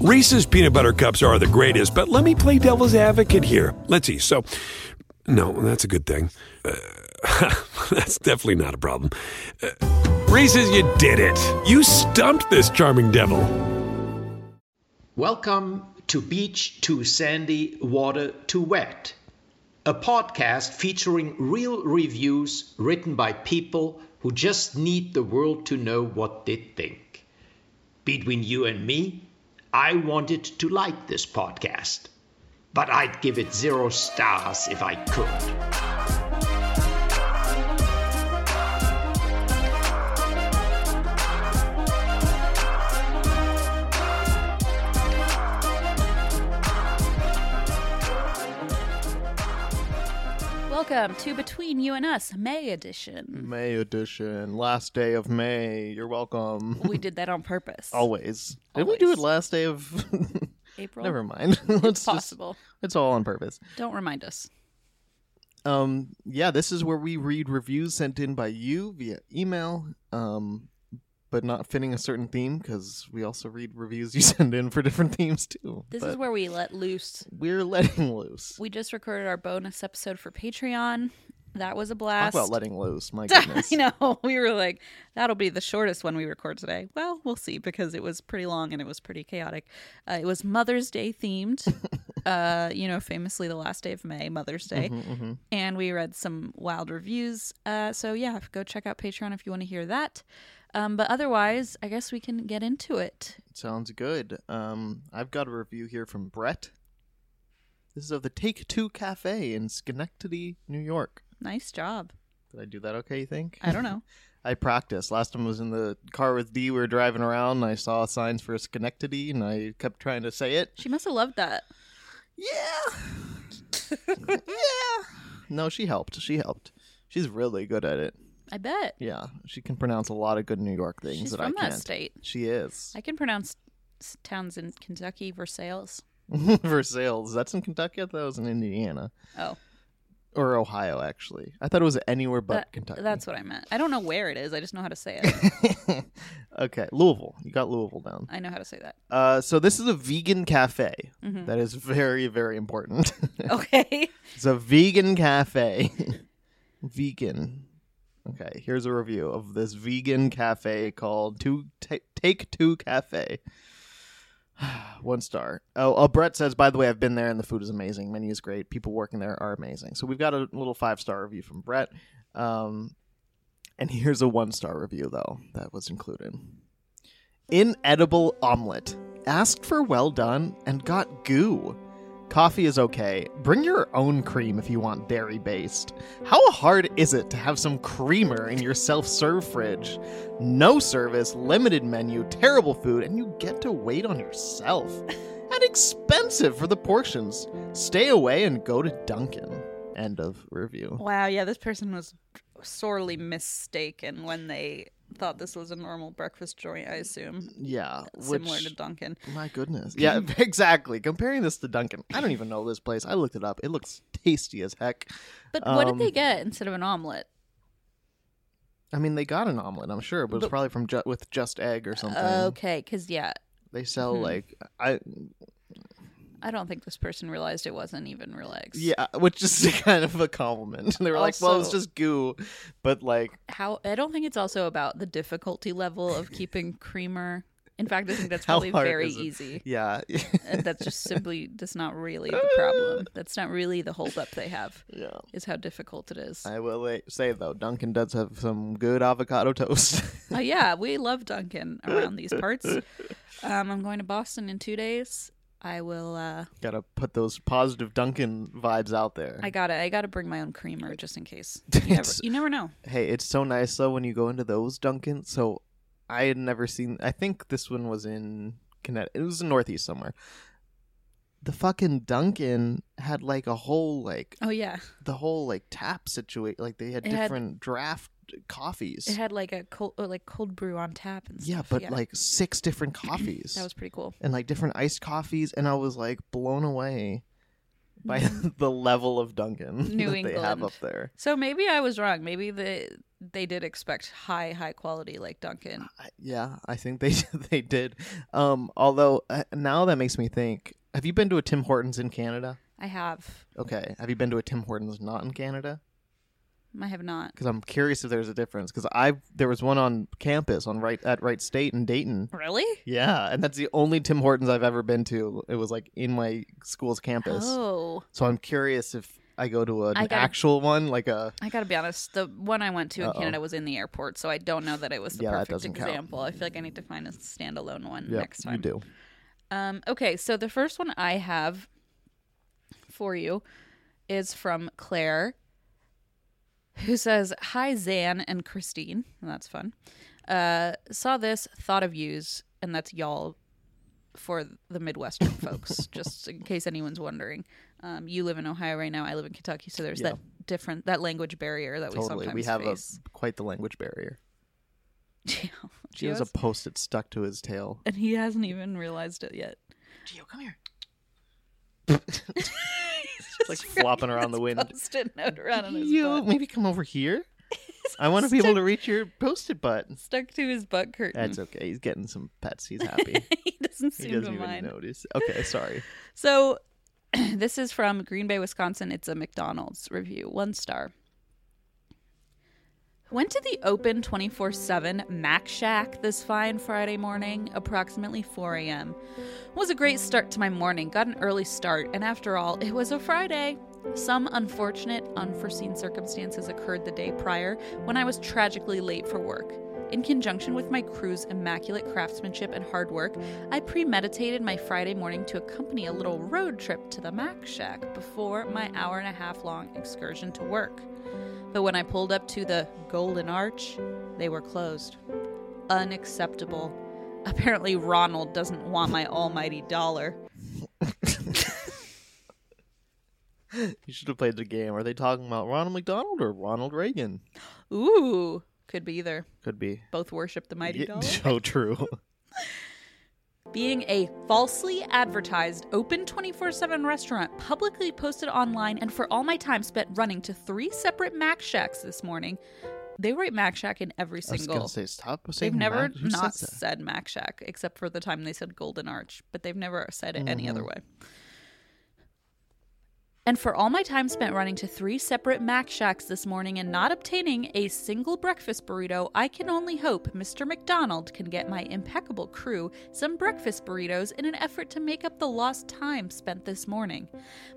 Reese's peanut butter cups are the greatest, but let me play devil's advocate here. Let's see. So, no, that's a good thing. Uh, that's definitely not a problem. Uh, Reese's, you did it. You stumped this charming devil. Welcome to Beach Too Sandy, Water Too Wet, a podcast featuring real reviews written by people who just need the world to know what they think. Between you and me, I wanted to like this podcast, but I'd give it zero stars if I could. Welcome to Between You and Us, May edition. May edition, last day of May. You're welcome. We did that on purpose. Oh, Always. Did we do Always. it last day of? April. Never mind. Let's It's just- possible. it's all on purpose. Don't remind us. Um, yeah, this is where we read reviews sent in by you via email. Um, but not fitting a certain theme because we also read reviews you send in for different themes too. This But is where we let loose. we're letting loose. We just recorded our bonus episode for Patreon. That was a Talk blast. about letting loose. My goodness. I know. We were like, that'll be the shortest one we record today. Well, we'll see because it was pretty long and it was pretty chaotic. Uh, it was Mother's Day themed. uh, you know, famously the last day of May, Mother's Day. And we read some wild reviews. Uh, so, yeah, go check out Patreon if you want to hear that. Um, but otherwise, I guess we can get into it. Sounds good. Um, I've got a review here from Brett. This is of the Take Two Cafe in Schenectady, New York. Nice job. Did I do that okay, you think? I don't know. I practiced. Last time I was in the car with D, we were driving around, and I saw signs for Schenectady, and I kept trying to say it. She must have loved that. Yeah! yeah! No, she helped. She helped. She's really good at it. I bet. Yeah, she can pronounce a lot of good New York things She's that from I that can't. state. She is. I can pronounce s- towns in Kentucky, Versailles. Versailles. That's in Kentucky? I thought it was in Indiana. Oh. or Ohio actually. I thought it was anywhere but That- Kentucky. That's what I meant. I don't know where it is. I just know how to say it. okay, Louisville. You got Louisville down. I know how to say that. Uh, so this is a vegan cafe. Mm. That is very very important. Okay. it's a vegan cafe. vegan. Okay, here's a review of this vegan cafe called Two Ta Take Two Cafe. One star. Oh, oh, Brett says, by the way, I've been there and the food is amazing. Menu is great. People working there are amazing. So we've got a little five star review from Brett. Um, and here's a one star review, though, that was included. Inedible omelet. Asked for well done and got goo. Coffee is okay. Bring your own cream if you want dairy based. How hard is it to have some creamer in your self serve fridge? No service, limited menu, terrible food, and you get to wait on yourself. And expensive for the portions. Stay away and go to Dunkin'. End of review. Wow. Yeah, this person was sorely mistaken when they thought this was a normal breakfast joint, I assume. Yeah. Similar which- to Duncan. My goodness. Yeah, exactly. Comparing this to Dunkin', I don't even know this place. I looked it up. It looks tasty as heck. But what did Um, they get instead of an omelet? I mean, they got an omelet, I'm sure, but, it's But- probably from ju- with just egg or something. Okay, because yeah, They sell Mhm. like I I don't think this person realized it wasn't even real eggs. yeah, which is kind of a compliment. They were like, "Well, it's Also- just goo," but like How I don't think it's also about the difficulty level of keeping creamer. In fact, I think that's How probably hard very is it? easy. yeah, Uh, That's just simply that's not really the problem. That's not really the holdup they have. yeah. Is how difficult it is. I will like, say though, Dunkin' does have some good avocado toast. Oh yeah, we love Duncan around these parts. Um, I'm going to Boston in two days. I will. Uh, Got to put those positive Dunkin' vibes out there. I got to I got to bring my own creamer just in case. You never, It's- you never know. Hey, it's so nice though when you go into those Dunkin'. So I had never seen. I think this one was in Connecticut. It was in Northeast somewhere. The fucking Dunkin' had like a whole like Oh yeah, the whole like tap situation. Like they had It had- different draft coffees. it had like a cold or like cold brew on tap and yeah, stuff. but like six different coffees that was pretty cool. and like different iced coffees, and I was like blown away by the level of Dunkin' New that Mm. they have England. up there. So maybe I was wrong. Maybe the they did expect high, high quality like Duncan. I- yeah, I think they they did. Um, although uh, now that makes me think. Have you been to a Tim Hortons in Canada? I have. Okay. Have you been to a Tim Hortons not in Canada? I have not. Because I'm curious if there's a difference. Because I there was one on campus on right at Wright State in Dayton. Really? Yeah, and that's the only Tim Hortons I've ever been to. It was like in my school's campus. Oh, So I'm curious if I go to an I gotta- actual one, like a I gotta be honest. The one I went to in Uh-oh. Canada was in the airport, so I don't know that it was the Yeah, that perfect doesn't count. example. I feel like I need to find a standalone one yeah, next time. you do. Um, okay, so the first one I have for you is from Claire, who says, Hi, Zan and Christine. Well, that's fun. Uh, saw this, thought of yous, and that's y'all for the Midwestern folks, just in case anyone's wondering. Um, you live in Ohio right now, I live in Kentucky, so there's Yeah. that different, that language barrier that we Totally, sometimes we have face. a quite the language barrier. Geo- She has a Geo's- post-it stuck to his tail. and he hasn't even realized it yet. Geo, come here. It's like flopping around the wind. Post-it note around on his You butt. maybe come over here. I want to be able to reach your post-it button. Stuck to his butt curtain. That's okay. He's getting some pets. He's happy. he doesn't he seem doesn't to even mind. notice. Okay, sorry. So, this is from Green Bay, Wisconsin. It's a McDonald's review, one star. Went to the open 24 7 Mac Shack this fine Friday morning, approximately 4 a.m. Was a great start to my morning, got an early start, and after all, it was a Friday. Some unfortunate, unforeseen circumstances occurred the day prior when I was tragically late for work. In conjunction with my crew's immaculate craftsmanship and hard work, I premeditated my Friday morning to accompany a little road trip to the Mac Shack before my hour and a half long excursion to work. But when I pulled up to the Golden Arch, they were closed. Unacceptable. Apparently, Ronald doesn't want my almighty dollar. You should have played the game. Are they talking about Ronald McDonald or Ronald Reagan? Ooh, could be either. Could be. Both worship the mighty Yeah, dollar. so true. being a falsely advertised open 24 7 restaurant publicly posted online and for all my time spent running to three separate Mac Shacks this morning. They write Mac Shack in every I was gonna single. say stop saying They've never that. Who said not that? said Mac Shack except for the time they said Golden Arch, but they've never said it Oh, any other way. And for all my time spent running to three separate Mac Shacks this morning and not obtaining a single breakfast burrito, I can only hope Mr. McDonald can get my impeccable crew some breakfast burritos in an effort to make up the lost time spent this morning.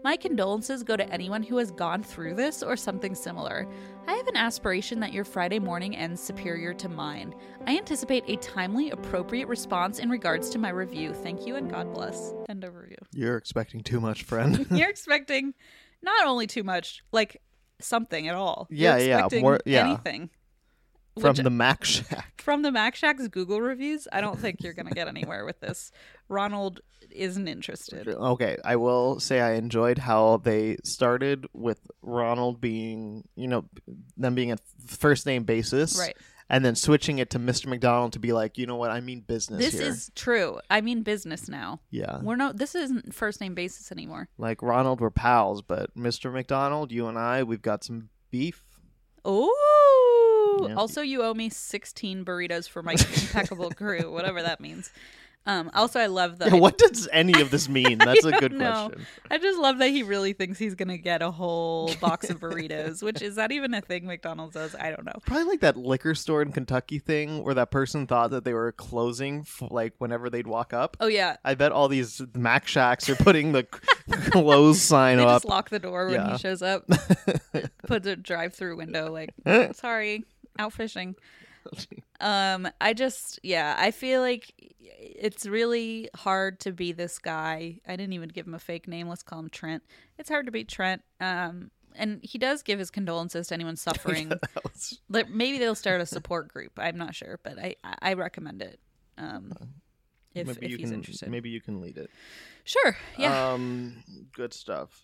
My condolences go to anyone who has gone through this or something similar. I have an aspiration that your Friday morning ends superior to mine. I anticipate a timely, appropriate response in regards to my review. Thank you and God bless. End of review You're expecting too much, friend. you're expecting not only too much, like something at all. Yeah, You're yeah, expecting more- yeah. Anything From Which- the Mac Shack. from the Mac Shack's Google reviews. I don't think you're gonna get anywhere with this. Ronald isn't interested. Okay, I will say I enjoyed how they started with Ronald being, you know, them being a first name basis. Right. And then switching it to Mr. McDonald to be like, you know what, I mean business This here. Uh. is true. I mean business now. Yeah. We're no. This isn't first name basis anymore. Like Ronald, we're pals, but Mr. McDonald, you and I, we've got some beef. Oh. Yeah. Also, you owe me 16 burritos for my impeccable crew, whatever that means. Um, also, I love the. Yeah, what does any of this mean? That's a don't good know. question. I just love that he really thinks he's gonna get a whole box of burritos, which is that even a thing McDonald's does? I don't know. Probably like that liquor store in Kentucky thing where that person thought that they were closing, f- like whenever they'd walk up. Oh yeah, I bet all these Mac Shacks are putting the close sign they up. just lock the door when uh, Yeah. he shows up, put a drive-through window like, sorry, out fishing. Um, I just yeah, I feel like it's really hard to be this guy. I didn't even give him a fake name. Let's call him Trent. It's hard to be Trent. Um, and he does give his condolences to anyone suffering. That was- Like, maybe they'll start a support group. I'm not sure, but I I recommend it. Um, if maybe if you he's can, interested, maybe you can lead it. sure, yeah. Um, good stuff.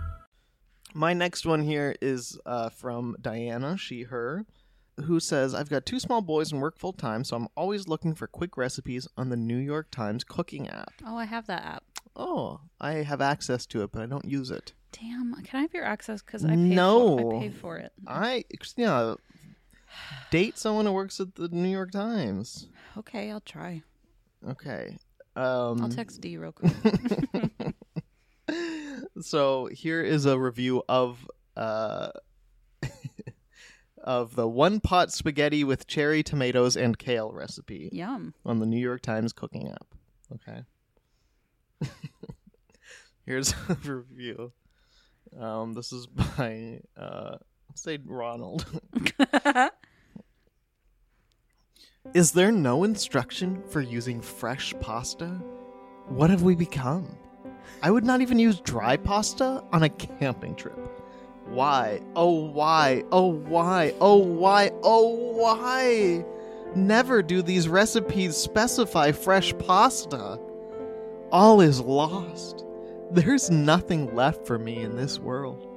My next one here is uh, from Diana, she, her, who says, I've got two small boys and work full time, so I'm always looking for quick recipes on the New York Times cooking app. Oh, I have that app. Oh, I have access to it, but I don't use it. Damn, can I have your access? Because I paid for, No. I paid for it. I, Christina, date someone who works at the New York Times. Okay, I'll try. Okay. Um, I'll text D real quick. so here is a review of uh of the one pot spaghetti with cherry tomatoes and kale recipe Yum. on the New York Times cooking app. Okay. Here's a review. Um, this is by uh, let's say Ronald. Is there no instruction for using fresh pasta? What have we become? I would not even use dry pasta on a camping trip. Why? Oh, why? Oh, why? Oh, why? Oh, why? Never do these recipes specify fresh pasta. All is lost. There's nothing left for me in this world.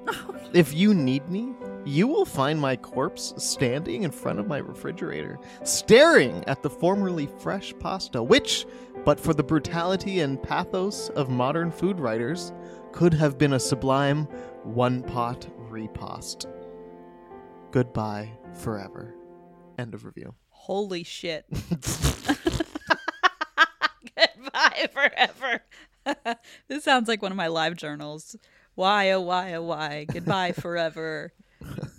If you need me, you will find my corpse standing in front of my refrigerator, staring at the formerly fresh pasta, which, but for the brutality and pathos of modern food writers, could have been a sublime one pot repost. Goodbye forever. End of review. Holy shit. Goodbye forever. this sounds like one of my live journals. Why, oh, why, oh, why? Goodbye forever.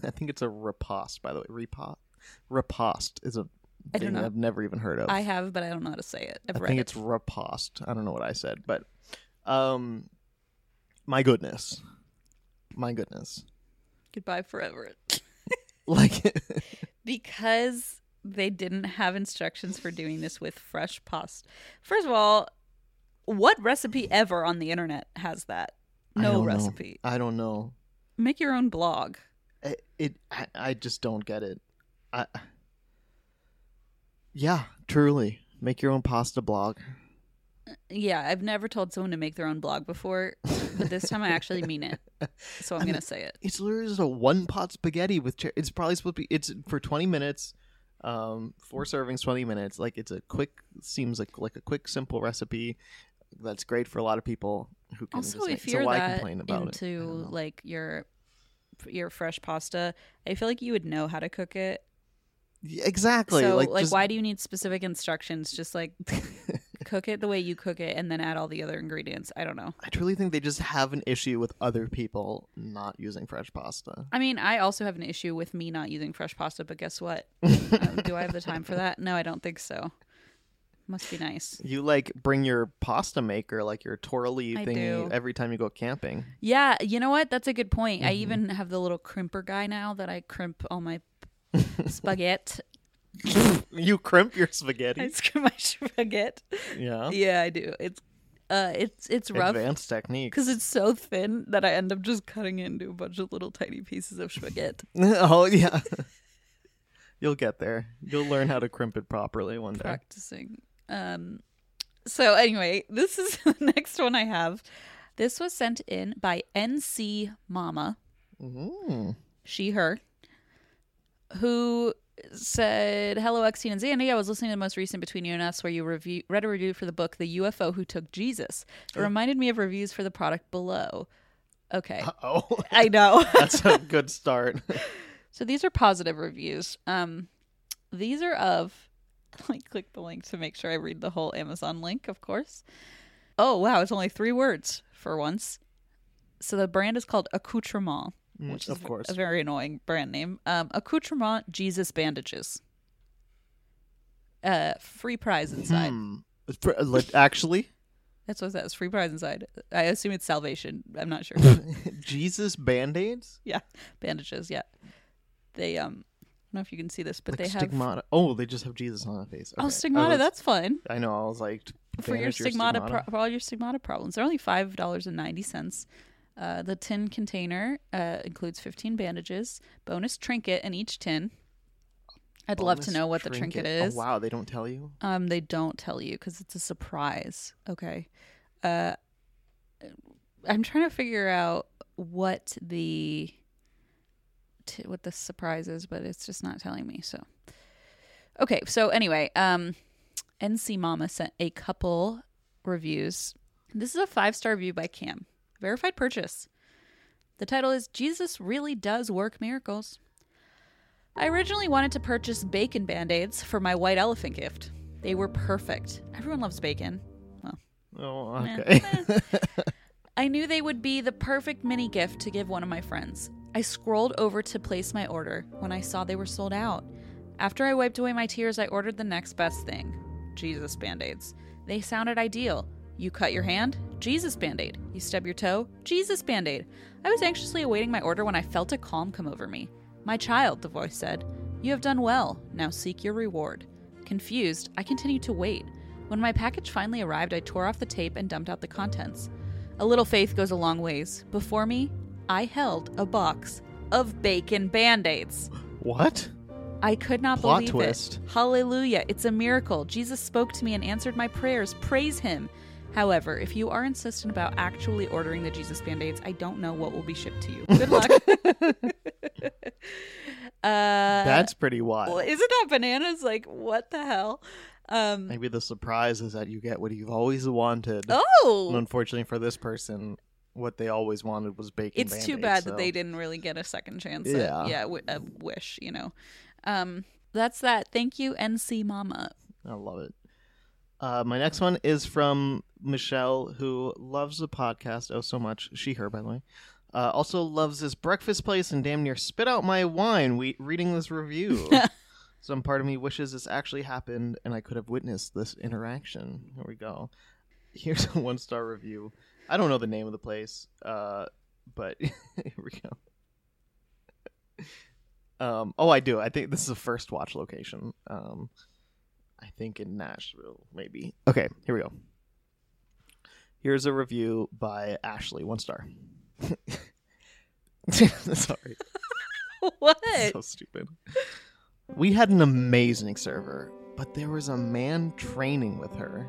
I think it's a riposte, by the way. Repot. Riposte is a I don't thing know. I've never even heard of. I have, but I don't know how to say it. I've I read think it. it's riposte. I don't know what I said, but um, my goodness, my goodness, Goodbye forever. like because they didn't have instructions for doing this with fresh pasta. First of all, what recipe ever on the internet has that? I No don't know. recipe. I don't know. Make your own blog. I- It. I, I just don't get it. I. Yeah, truly, make your own pasta blog. Yeah, I've never told someone to make their own blog before, but this time I actually mean it. So I'm I mean- going to say it. It's literally just a one pot spaghetti with. Cher- it's probably supposed to be. It's for twenty minutes, um, four servings, twenty minutes. Like it's a quick. Seems like like a quick, simple recipe. That's great for a lot of people who can. Also, just make- if you're so why that complain about it? I into don't know. like your your fresh pasta, I feel like you would know how to cook it. Yeah, exactly. so, like, like, just- why do you need specific instructions? Just like cook it the way you cook it, and then add all the other ingredients. I don't know. I truly think they just have an issue with other people not using fresh pasta. I mean, I also have an issue with me not using fresh pasta, but guess what? Um, do I have the time for that? No, I don't think so. Must be nice. You like bring your pasta maker, like your twirly I thingy, do. every time you go camping. Yeah, you know what? That's a good point. Mm-hmm. I even have the little crimper guy now that I crimp all my spaghetti. You crimp your I spaghetti. scrimp my spaghetti. Yeah. Yeah, I do. It's uh, it's it's rough Advanced technique. because it's so thin that I end up just cutting it into a bunch of little tiny pieces of spaghetti. oh yeah. You'll get there. You'll learn how to crimp it properly one day. practicing. Um, so anyway, this is the next one I have. This was sent in by NC Mama, Mm. she her, who said, "Hello, Exine and Zandy. I was listening to the most recent Between You and Us, where you review read a review for the book The UFO Who Took Jesus. It reminded me of reviews for the product below. Okay, Oh, I know. that's a good start. So these are positive reviews. Um, these are of. I click the link to make sure I read the whole Amazon link, of course. Oh wow, it's only three words for once. So the brand is called Accoutrement. Mm, which is of course. a very annoying brand name. Um, accoutrement Jesus bandages. Uh, free prize inside. Hmm. It's pr- like, Actually, That's what that is. Free prize inside. I assume it's salvation. I'm not sure. Jesus band aids? yeah, bandages. Yeah, they um. I don't know if you can see this, but Like they have. stigmata. Oh, they just have Jesus on their face. Oh, Okay. I stigmata. was- that's fine. I know. I was like, for your bandage stigmata, pro- for all your stigmata problems. They're only five dollars and ninety cents. Uh, the tin container uh, includes fifteen bandages, bonus trinket in each tin. I'd love to Bonus know what the trinket Oh, is. wow, they don't tell you. Um, they don't tell you because it's a surprise. Okay. Uh, I'm trying to figure out what the t- what the surprise is, but it's just not telling me. So, okay. So anyway, um, NC Mama sent a couple reviews. This is a five star review by Cam. Verified purchase. The title is Jesus really does work miracles. I originally wanted to purchase bacon band aids for my white elephant gift. They were perfect. Everyone loves bacon. Well, Oh, eh, okay. eh. I knew they would be the perfect mini gift to give one of my friends. I scrolled over to place my order when I saw they were sold out. After I wiped away my tears, I ordered the next best thing Jesus band aids. They sounded ideal. You cut your hand? Jesus band aid. You stub your toe? Jesus band aid. I was anxiously awaiting my order when I felt a calm come over me. My child, the voice said, you have done well. Now seek your reward. Confused, I continued to wait. When my package finally arrived, I tore off the tape and dumped out the contents. A little faith goes a long ways. Before me, I held a box of bacon band aids. what? I could not Plot believe twist. it. Hallelujah. It's a miracle. Jesus spoke to me and answered my prayers. Praise him. However, if you are insistent about actually ordering the Jesus band aids, I don't know what will be shipped to you. Good luck. uh, That's pretty wild. well, isn't that bananas? Like, what the hell? Um, Maybe the surprise is that you get what you've always wanted. oh, And unfortunately for this person, what they always wanted was bacon. it's too Band-Aids, bad that so- they didn't really get a second chance Yeah. at yeah w- a wish you know um that's that thank you nc mama I love it. Uh, my next one is from Michelle, who loves the podcast oh so much. She, her, by the way. Uh, also loves this breakfast place and damn near spit out my wine we- reading this review. Some part of me wishes this actually happened and I could have witnessed this interaction. Here we go. Here's a one star review. I don't know the name of the place, uh, but here we go. Um, oh, I do. I think this is a first watch location. Um, I think in Nashville, maybe. Okay, here we go. Here's a review by Ashley, one star. Sorry, what so stupid. We had an amazing server, but there was a man training with her.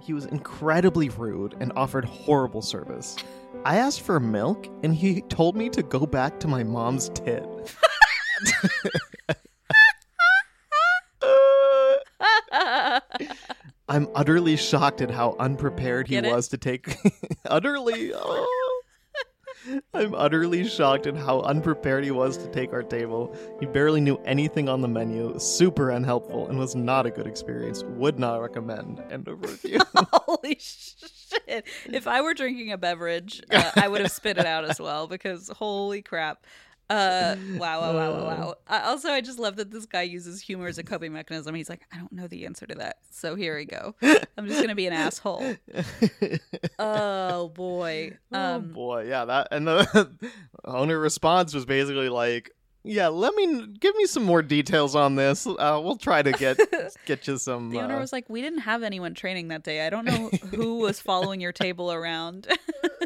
He was incredibly rude and offered horrible service. I asked for milk, and he told me to go back to my mom's tit. I'm utterly shocked at how unprepared he Get it? was to take. utterly. oh. I'm utterly shocked at how unprepared he was to take our table. He barely knew anything on the menu, super unhelpful, and was not a good experience. Would not recommend. End of review. holy shit if i were drinking a beverage uh, i would have spit it out as well because holy crap uh wow wow wow wow, wow. I, also i just love that this guy uses humor as a coping mechanism he's like i don't know the answer to that so here we go i'm just gonna be an asshole oh boy oh um boy, yeah, that and the owner response was basically like, "Yeah, let me give me some more details on this. Uh, we'll try to get get you some." The owner uh, was like, "We didn't have anyone training that day. I don't know who was following your table around,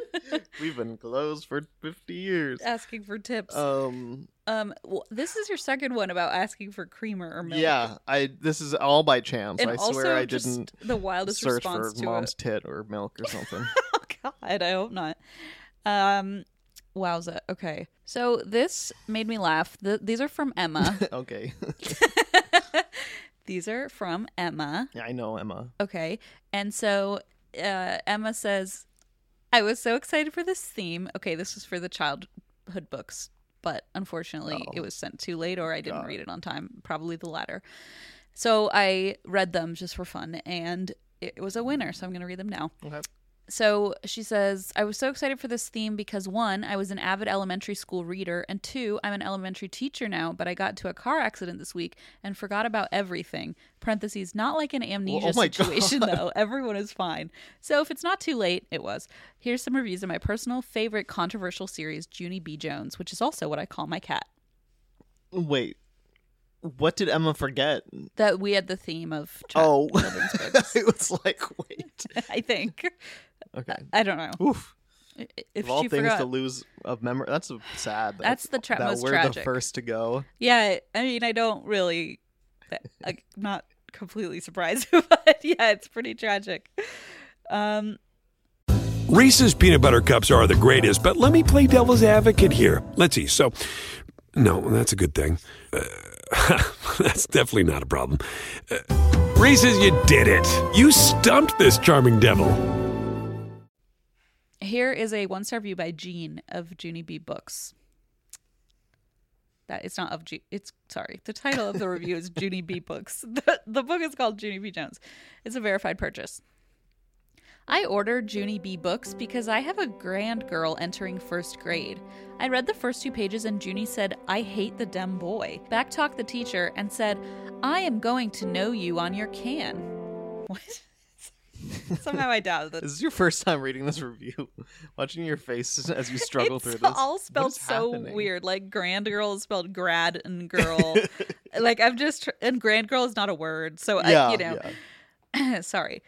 We've been closed for fifty years. asking for tips." Um, um, well, this is your second one about asking for creamer or milk. yeah, I this is all by chance. and I also swear I just didn't the wildest search for response to mom's it. tit or milk or something. Oh God, I hope not. Um, wowza. Okay, so this made me laugh. The, these are from Emma. okay, these are from Emma. yeah, I know Emma. Okay. And so uh, Emma says, I was so excited for this theme. Okay, this was for the childhood books, but unfortunately it was sent too late or I didn't read it on time. Probably the latter. So I read them just for fun and it was a winner. So I'm going to read them now. Okay. So she says, I was so excited for this theme because one, I was an avid elementary school reader, and two, I'm an elementary teacher now, but I got into a car accident this week and forgot about everything. Parentheses, not like an amnesia Oh, my situation, though. Everyone is fine. So if it's not too late, it was. Here's some reviews of my personal favorite controversial series, Junie B. Jones, which is also what I call my cat. Wait, what did Emma forget? That we had the theme of Chuck Oh, Mildred's books, it was like wait. I think. Okay. I don't know. Oof. If of all she things forgot. to lose a memory, that's sad. that That's it's- the tra- that most we're the tragic. first to go. Yeah, I mean, I don't really, that- I'm not completely surprised, but yeah, it's pretty tragic. Um, Reese's peanut butter cups are the greatest, but let me play devil's advocate here. Let's see. So, no, that's a good thing. Uh, that's definitely not a problem. Uh, Reese's, you did it. You stumped this charming devil. here is a one star review by Jean of Junie B Books. That it's not of Ju- it's sorry. The title of the review is Junie B Books. The, the book is called Junie B Jones. It's a verified purchase. I ordered Junie B books because I have a grand girl entering first grade. I read the first two pages and Junie said, I hate the dumb boy. Backtalked the teacher and said, I am going to know you on your can. What? Somehow I doubt that This is your first time reading this review, watching your face as you struggle it's through this. all What spelled is so happening? weird. Like grand girl is spelled grad and girl. like I'm just tr- and grand girl is not a word. So Yeah, I, you know, yeah. sorry.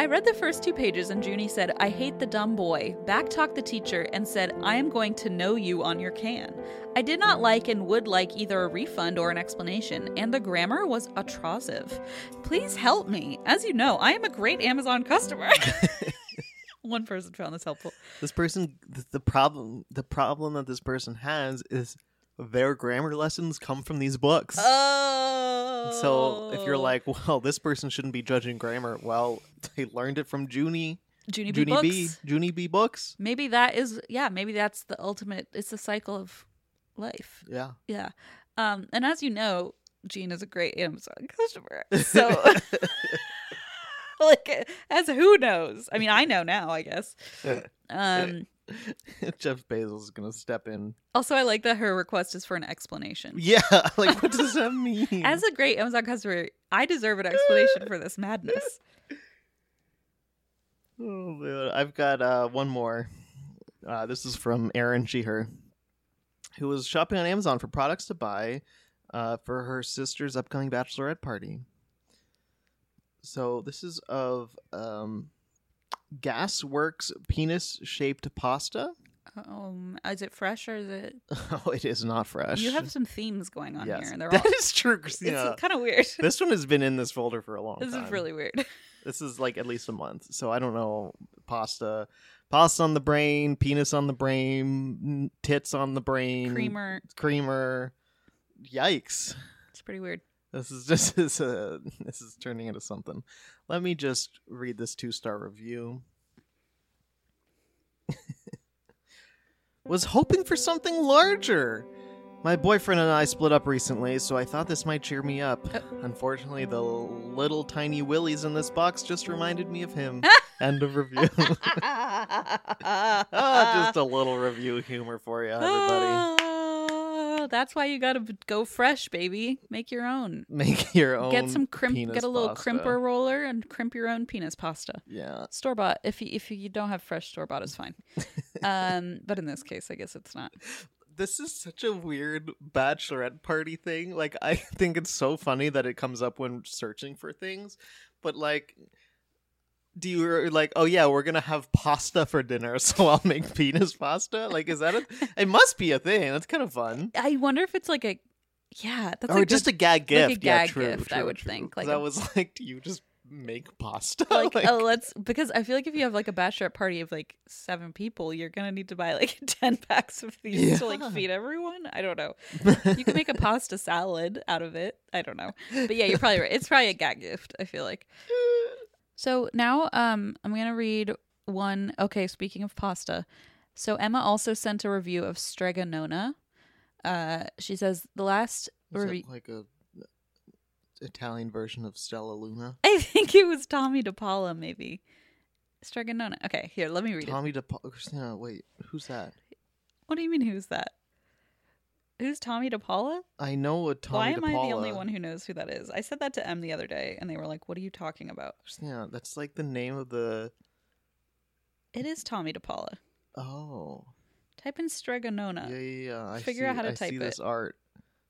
I read the first two pages and Junie said, I hate the dumb boy. Backtalked the teacher and said, I am going to know you on your can. I did not like and would like either a refund or an explanation, and the grammar was atrocious. Please help me. As you know, I am a great Amazon customer. One person found this helpful. This person, th- the problem, the problem that this person has is their grammar lessons come from these books. Oh. so if you're like, well, this person shouldn't be judging grammar, well, they learned it from Junie, Junie B. Junie Books, B, Junie B books. maybe that is yeah, maybe that's the ultimate. It's the cycle of life. Yeah. Yeah. Um, and as you know, Gene is a great Amazon customer. So, like, as who knows? I mean, I know now, I guess. Um, Jeff Bezos is gonna step in. also, I like that her request is for an explanation. Yeah, like what does that mean? As a great Amazon customer, I deserve an explanation for this madness. Oh, man. I've got uh, one more. Uh, this is from Erin Sheher, who was shopping on Amazon for products to buy uh, for her sister's upcoming bachelorette party. So this is of um, Gasworks penis-shaped pasta. Um, is it fresh or is it? Oh, it is not fresh. You have some themes going on Yes. here, and they're all. That is true, Christina. It's kind of weird. This one has been in this folder for a long This time. is really weird. This is like at least a month. So I don't know. Pasta, pasta on the brain, penis on the brain, tits on the brain, Creamer. creamer. Yikes! It's pretty weird. This is just this, uh, this is turning into something. Let me just read this two star review. Was hoping for something larger. My boyfriend and I split up recently, so I thought this might cheer me up. Uh. Unfortunately, the little tiny willies in this box just reminded me of him. End of review. Ah, just a little review humor for you, everybody. Ah, that's why you gotta b- go fresh, baby. Make your own. Make your own. get some crimp. penis Get a little pasta. crimper roller and crimp your own penis pasta. Yeah. Store bought. If you, if you don't have fresh store bought, it's fine. um, but in this case, I guess it's not. this is such a weird bachelorette party thing. Like, I think it's so funny that it comes up when searching for things, but like, do you like? Oh yeah, we're gonna have pasta for dinner, so I'll make penis pasta. Like, is that a? It must be a thing. That's kind of fun. I wonder if it's like a, yeah, that's or like just a, like gag a gift. yeah, gag true, gift, I true, would true. think, 'Cause like I a- was like, do you just make pasta? like, oh let's because I feel like if you have like a bachelorette party of like seven people, you're gonna need to buy like ten packs of these to Yeah. like feed everyone. I don't know. You can make a pasta salad out of it. I don't know. But yeah, you're probably right. It's probably a gag gift, I feel like. So now um I'm gonna read one okay, speaking of pasta. So Emma also sent a review of Strega Nona. Uh she says the last Was review it like a Italian version of Stella Luna? I think it was Tommy DePaula, maybe. Straganona. Okay, here, let me read it. Tommy DePaul. Christina, wait, who's that? What do you mean, who's that? Who's Tommy DePaula? I know a Tommy Why am DePaula. I the only one who knows who that is? I said that to M the other day, and they were like, "What are you talking about?" Christina, that's like the name of the. It is Tommy DePaula. Oh, Type in Stregonona. yeah, Yeah. yeah, yeah. I Uh, Figure out see- how to I see type this it. art,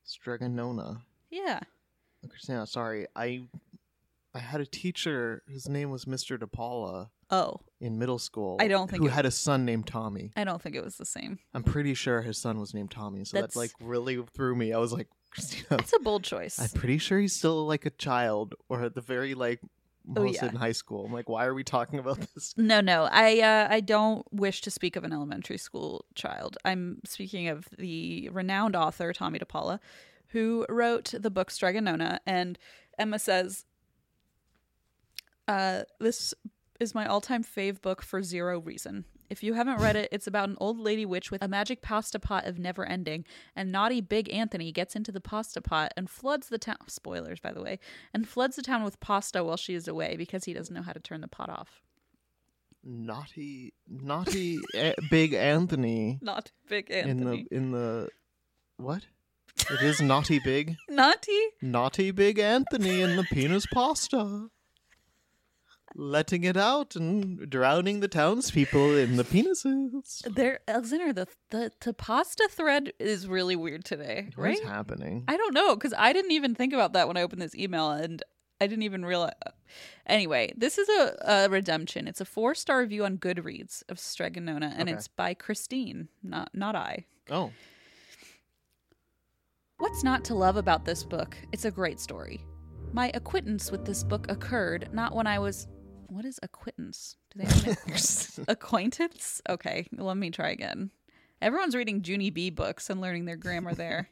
Streganona. Christina, sorry, I, I had a teacher. His name was Mr. DePaula Oh, in middle school. I don't think who it- had a son named Tommy. I don't think it was the same. I'm pretty sure his son was named Tommy. So That's- that like really threw me. I was like, Christina, That's a bold choice. I'm pretty sure he's still like a child or at the very like most Oh, yeah. in high school. I'm like, why are we talking about this? No, no, I uh, I don't wish to speak of an elementary school child. I'm speaking of the renowned author Tommy DePaula, who wrote the book Stregonona. And Emma says, uh, "This is my all-time fave book for zero reason. If you haven't read it, it's about an old lady witch with a magic pasta pot of never ending, and naughty Big Anthony gets into the pasta pot and floods the town. Spoilers, by the way, and floods the town with pasta while she is away because he doesn't know how to turn the pot off." Naughty, naughty, a- big Anthony, Not Big Anthony. in the in the what? It is naughty big, Naughty? naughty big Anthony in the penis pasta, letting it out and drowning the townspeople in the penises. There, Alexander, the, the the pasta thread is really weird today, What is right? happening? I don't know because I didn't even think about that when I opened this email, and I didn't even realize. Anyway, this is a, a redemption. It's a four star review on Goodreads of Stregonona, and Okay. it's by Christine, not not I. Oh, What's not to love about this book? It's a great story. My acquaintance with this book occurred not when I was. What is acquittance? Do they have an acquaintance? acquaintance? Okay, let me try again. Everyone's reading Junie B books and learning their grammar there.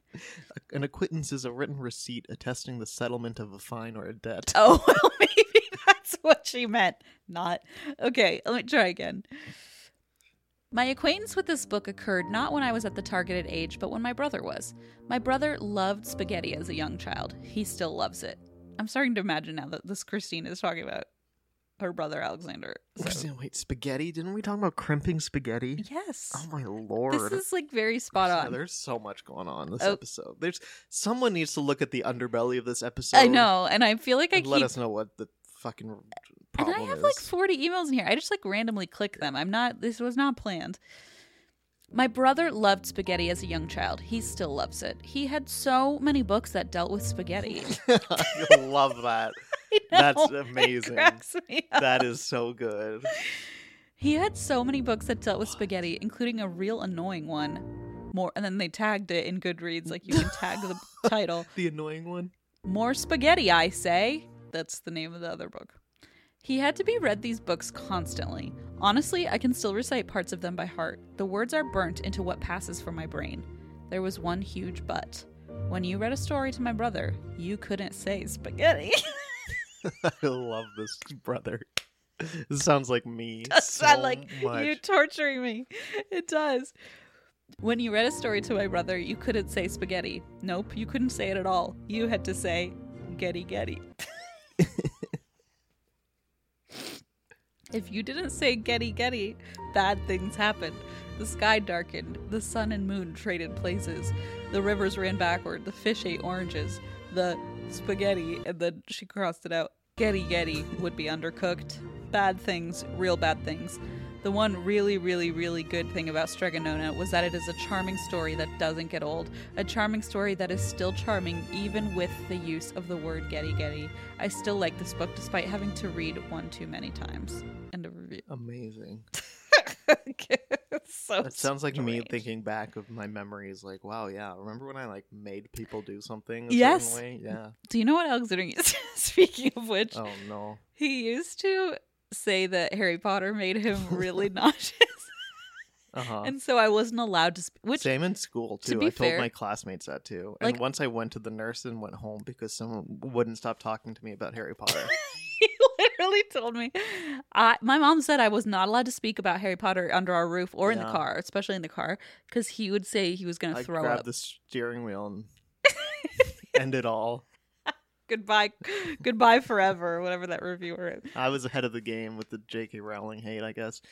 an acquittance is a written receipt attesting the settlement of a fine or a debt. oh, well, maybe that's what she meant. Not. Okay, let me try again. My acquaintance with this book occurred not when I was at the targeted age, but when my brother was. My brother loved spaghetti as a young child. He still loves it. I'm starting to imagine now that this Christine is talking about her brother Alexander. So- Christina, wait, spaghetti? Didn't we talk about crimping spaghetti? yes. Oh my lord. this is like very spot Christina, on. There's so much going on in this Oh. episode. There's someone needs to look at the underbelly of this episode. I know, and I feel like I And keep let us know what the fucking and problem I have is. like 40 emails in here. I just like randomly click them. I'm not, this was not planned. My brother loved spaghetti as a young child. He still loves it. He had so many books that dealt with spaghetti. I love that. That's amazing. It cracks me up. That is so good. He had so many books that dealt with spaghetti, including a real annoying one. More, and then they tagged it in Goodreads, like you can tag the title. The annoying one. More spaghetti, I say. That's the name of the other book. He had to be read these books constantly. Honestly, I can still recite parts of them by heart. The words are burnt into what passes for my brain. There was one huge but. When you read a story to my brother, you couldn't say spaghetti. I love this brother. This sounds like me. does so sound like much. you torturing me. It does. When you read a story to my brother, you couldn't say spaghetti. Nope, you couldn't say it at all. You had to say getty getty. if you didn't say getty getty, bad things happened. The sky darkened, the sun and moon traded places, the rivers ran backward, the fish ate oranges, the spaghetti, and then she crossed it out. Getty Getty would be undercooked. Bad things, real bad things. The one really, really, really good thing about Stregonona was that it is a charming story that doesn't get old. A charming story that is still charming even with the use of the word Getty Getty. I still like this book despite having to read one too many times. End of review. Amazing. It's so That sounds like me strange. thinking back of my memories. Like, wow, yeah. Remember when I like made people do something? A Yes. Certain way? Yeah. Do you know what Alexander used? Speaking of which, Oh no. he used to say that Harry Potter made him really nauseous, Uh huh. and so I wasn't allowed to. Sp- which Same in school to too. be I told fair- my classmates that too. Like- and once I went to the nurse and went home because someone wouldn't stop talking to me about Harry Potter. he literally told me. I, my mom said I was not allowed to speak about Harry Potter under our roof or in the Yeah. car, especially in the car, because he would say he was going I to throw grabbed up. the steering wheel and end it all. goodbye, goodbye forever, whatever that reviewer is. I was ahead of the game with the J.K. Rowling hate, I guess.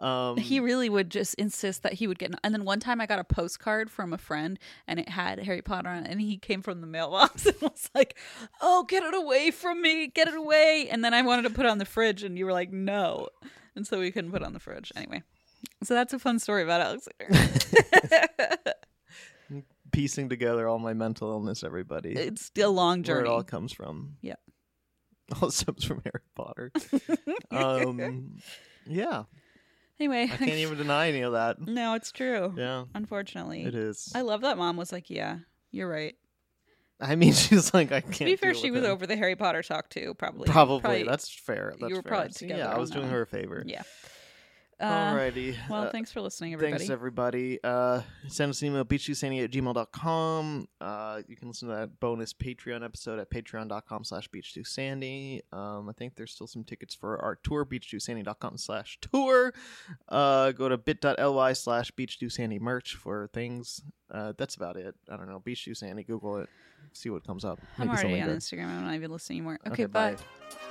Um, He really would just insist that he would get. And then one time I got a postcard from a friend and it had Harry Potter on it, and he came from the mailbox and was like, Oh, get it away from me, get it away. And then I wanted to put it on the fridge and you were like, No. And so we couldn't put it on the fridge. Anyway, so that's a fun story about Alexander. piecing together all my mental illness, everybody. it's a long where Uh, journey. it all comes from. Yeah. All stems from Harry Potter. um, yeah. anyway, I can't even deny any of that. no, it's true. Yeah. Unfortunately, It is. I love that mom was like, "Yeah, you're right." I mean, she's like, I can't. To be fair, deal she with was him. over the Harry Potter talk too, probably. Probably. That's fair. you That's were fair. probably So, together Yeah, I on was that doing one. her a favor. yeah. Uh, Alrighty. Well, Uh, thanks for listening, everybody. Thanks, everybody. Uh, send us an email, beachjuiceannie at gmail.com. Uh, you can listen to that bonus Patreon episode at patreon.com slash beachjuiceannie. Um, I think there's still some tickets for our tour, beachjuiceannie.com slash tour. Uh, go to bit.ly slash beachjuiceannie merch for things. Uh, that's about it. I don't know. Beach Juice Annie, Google it. See what comes up. I'm Maybe already something on good. Instagram. I'm not even listening anymore. Okay, Okay, bye. bye.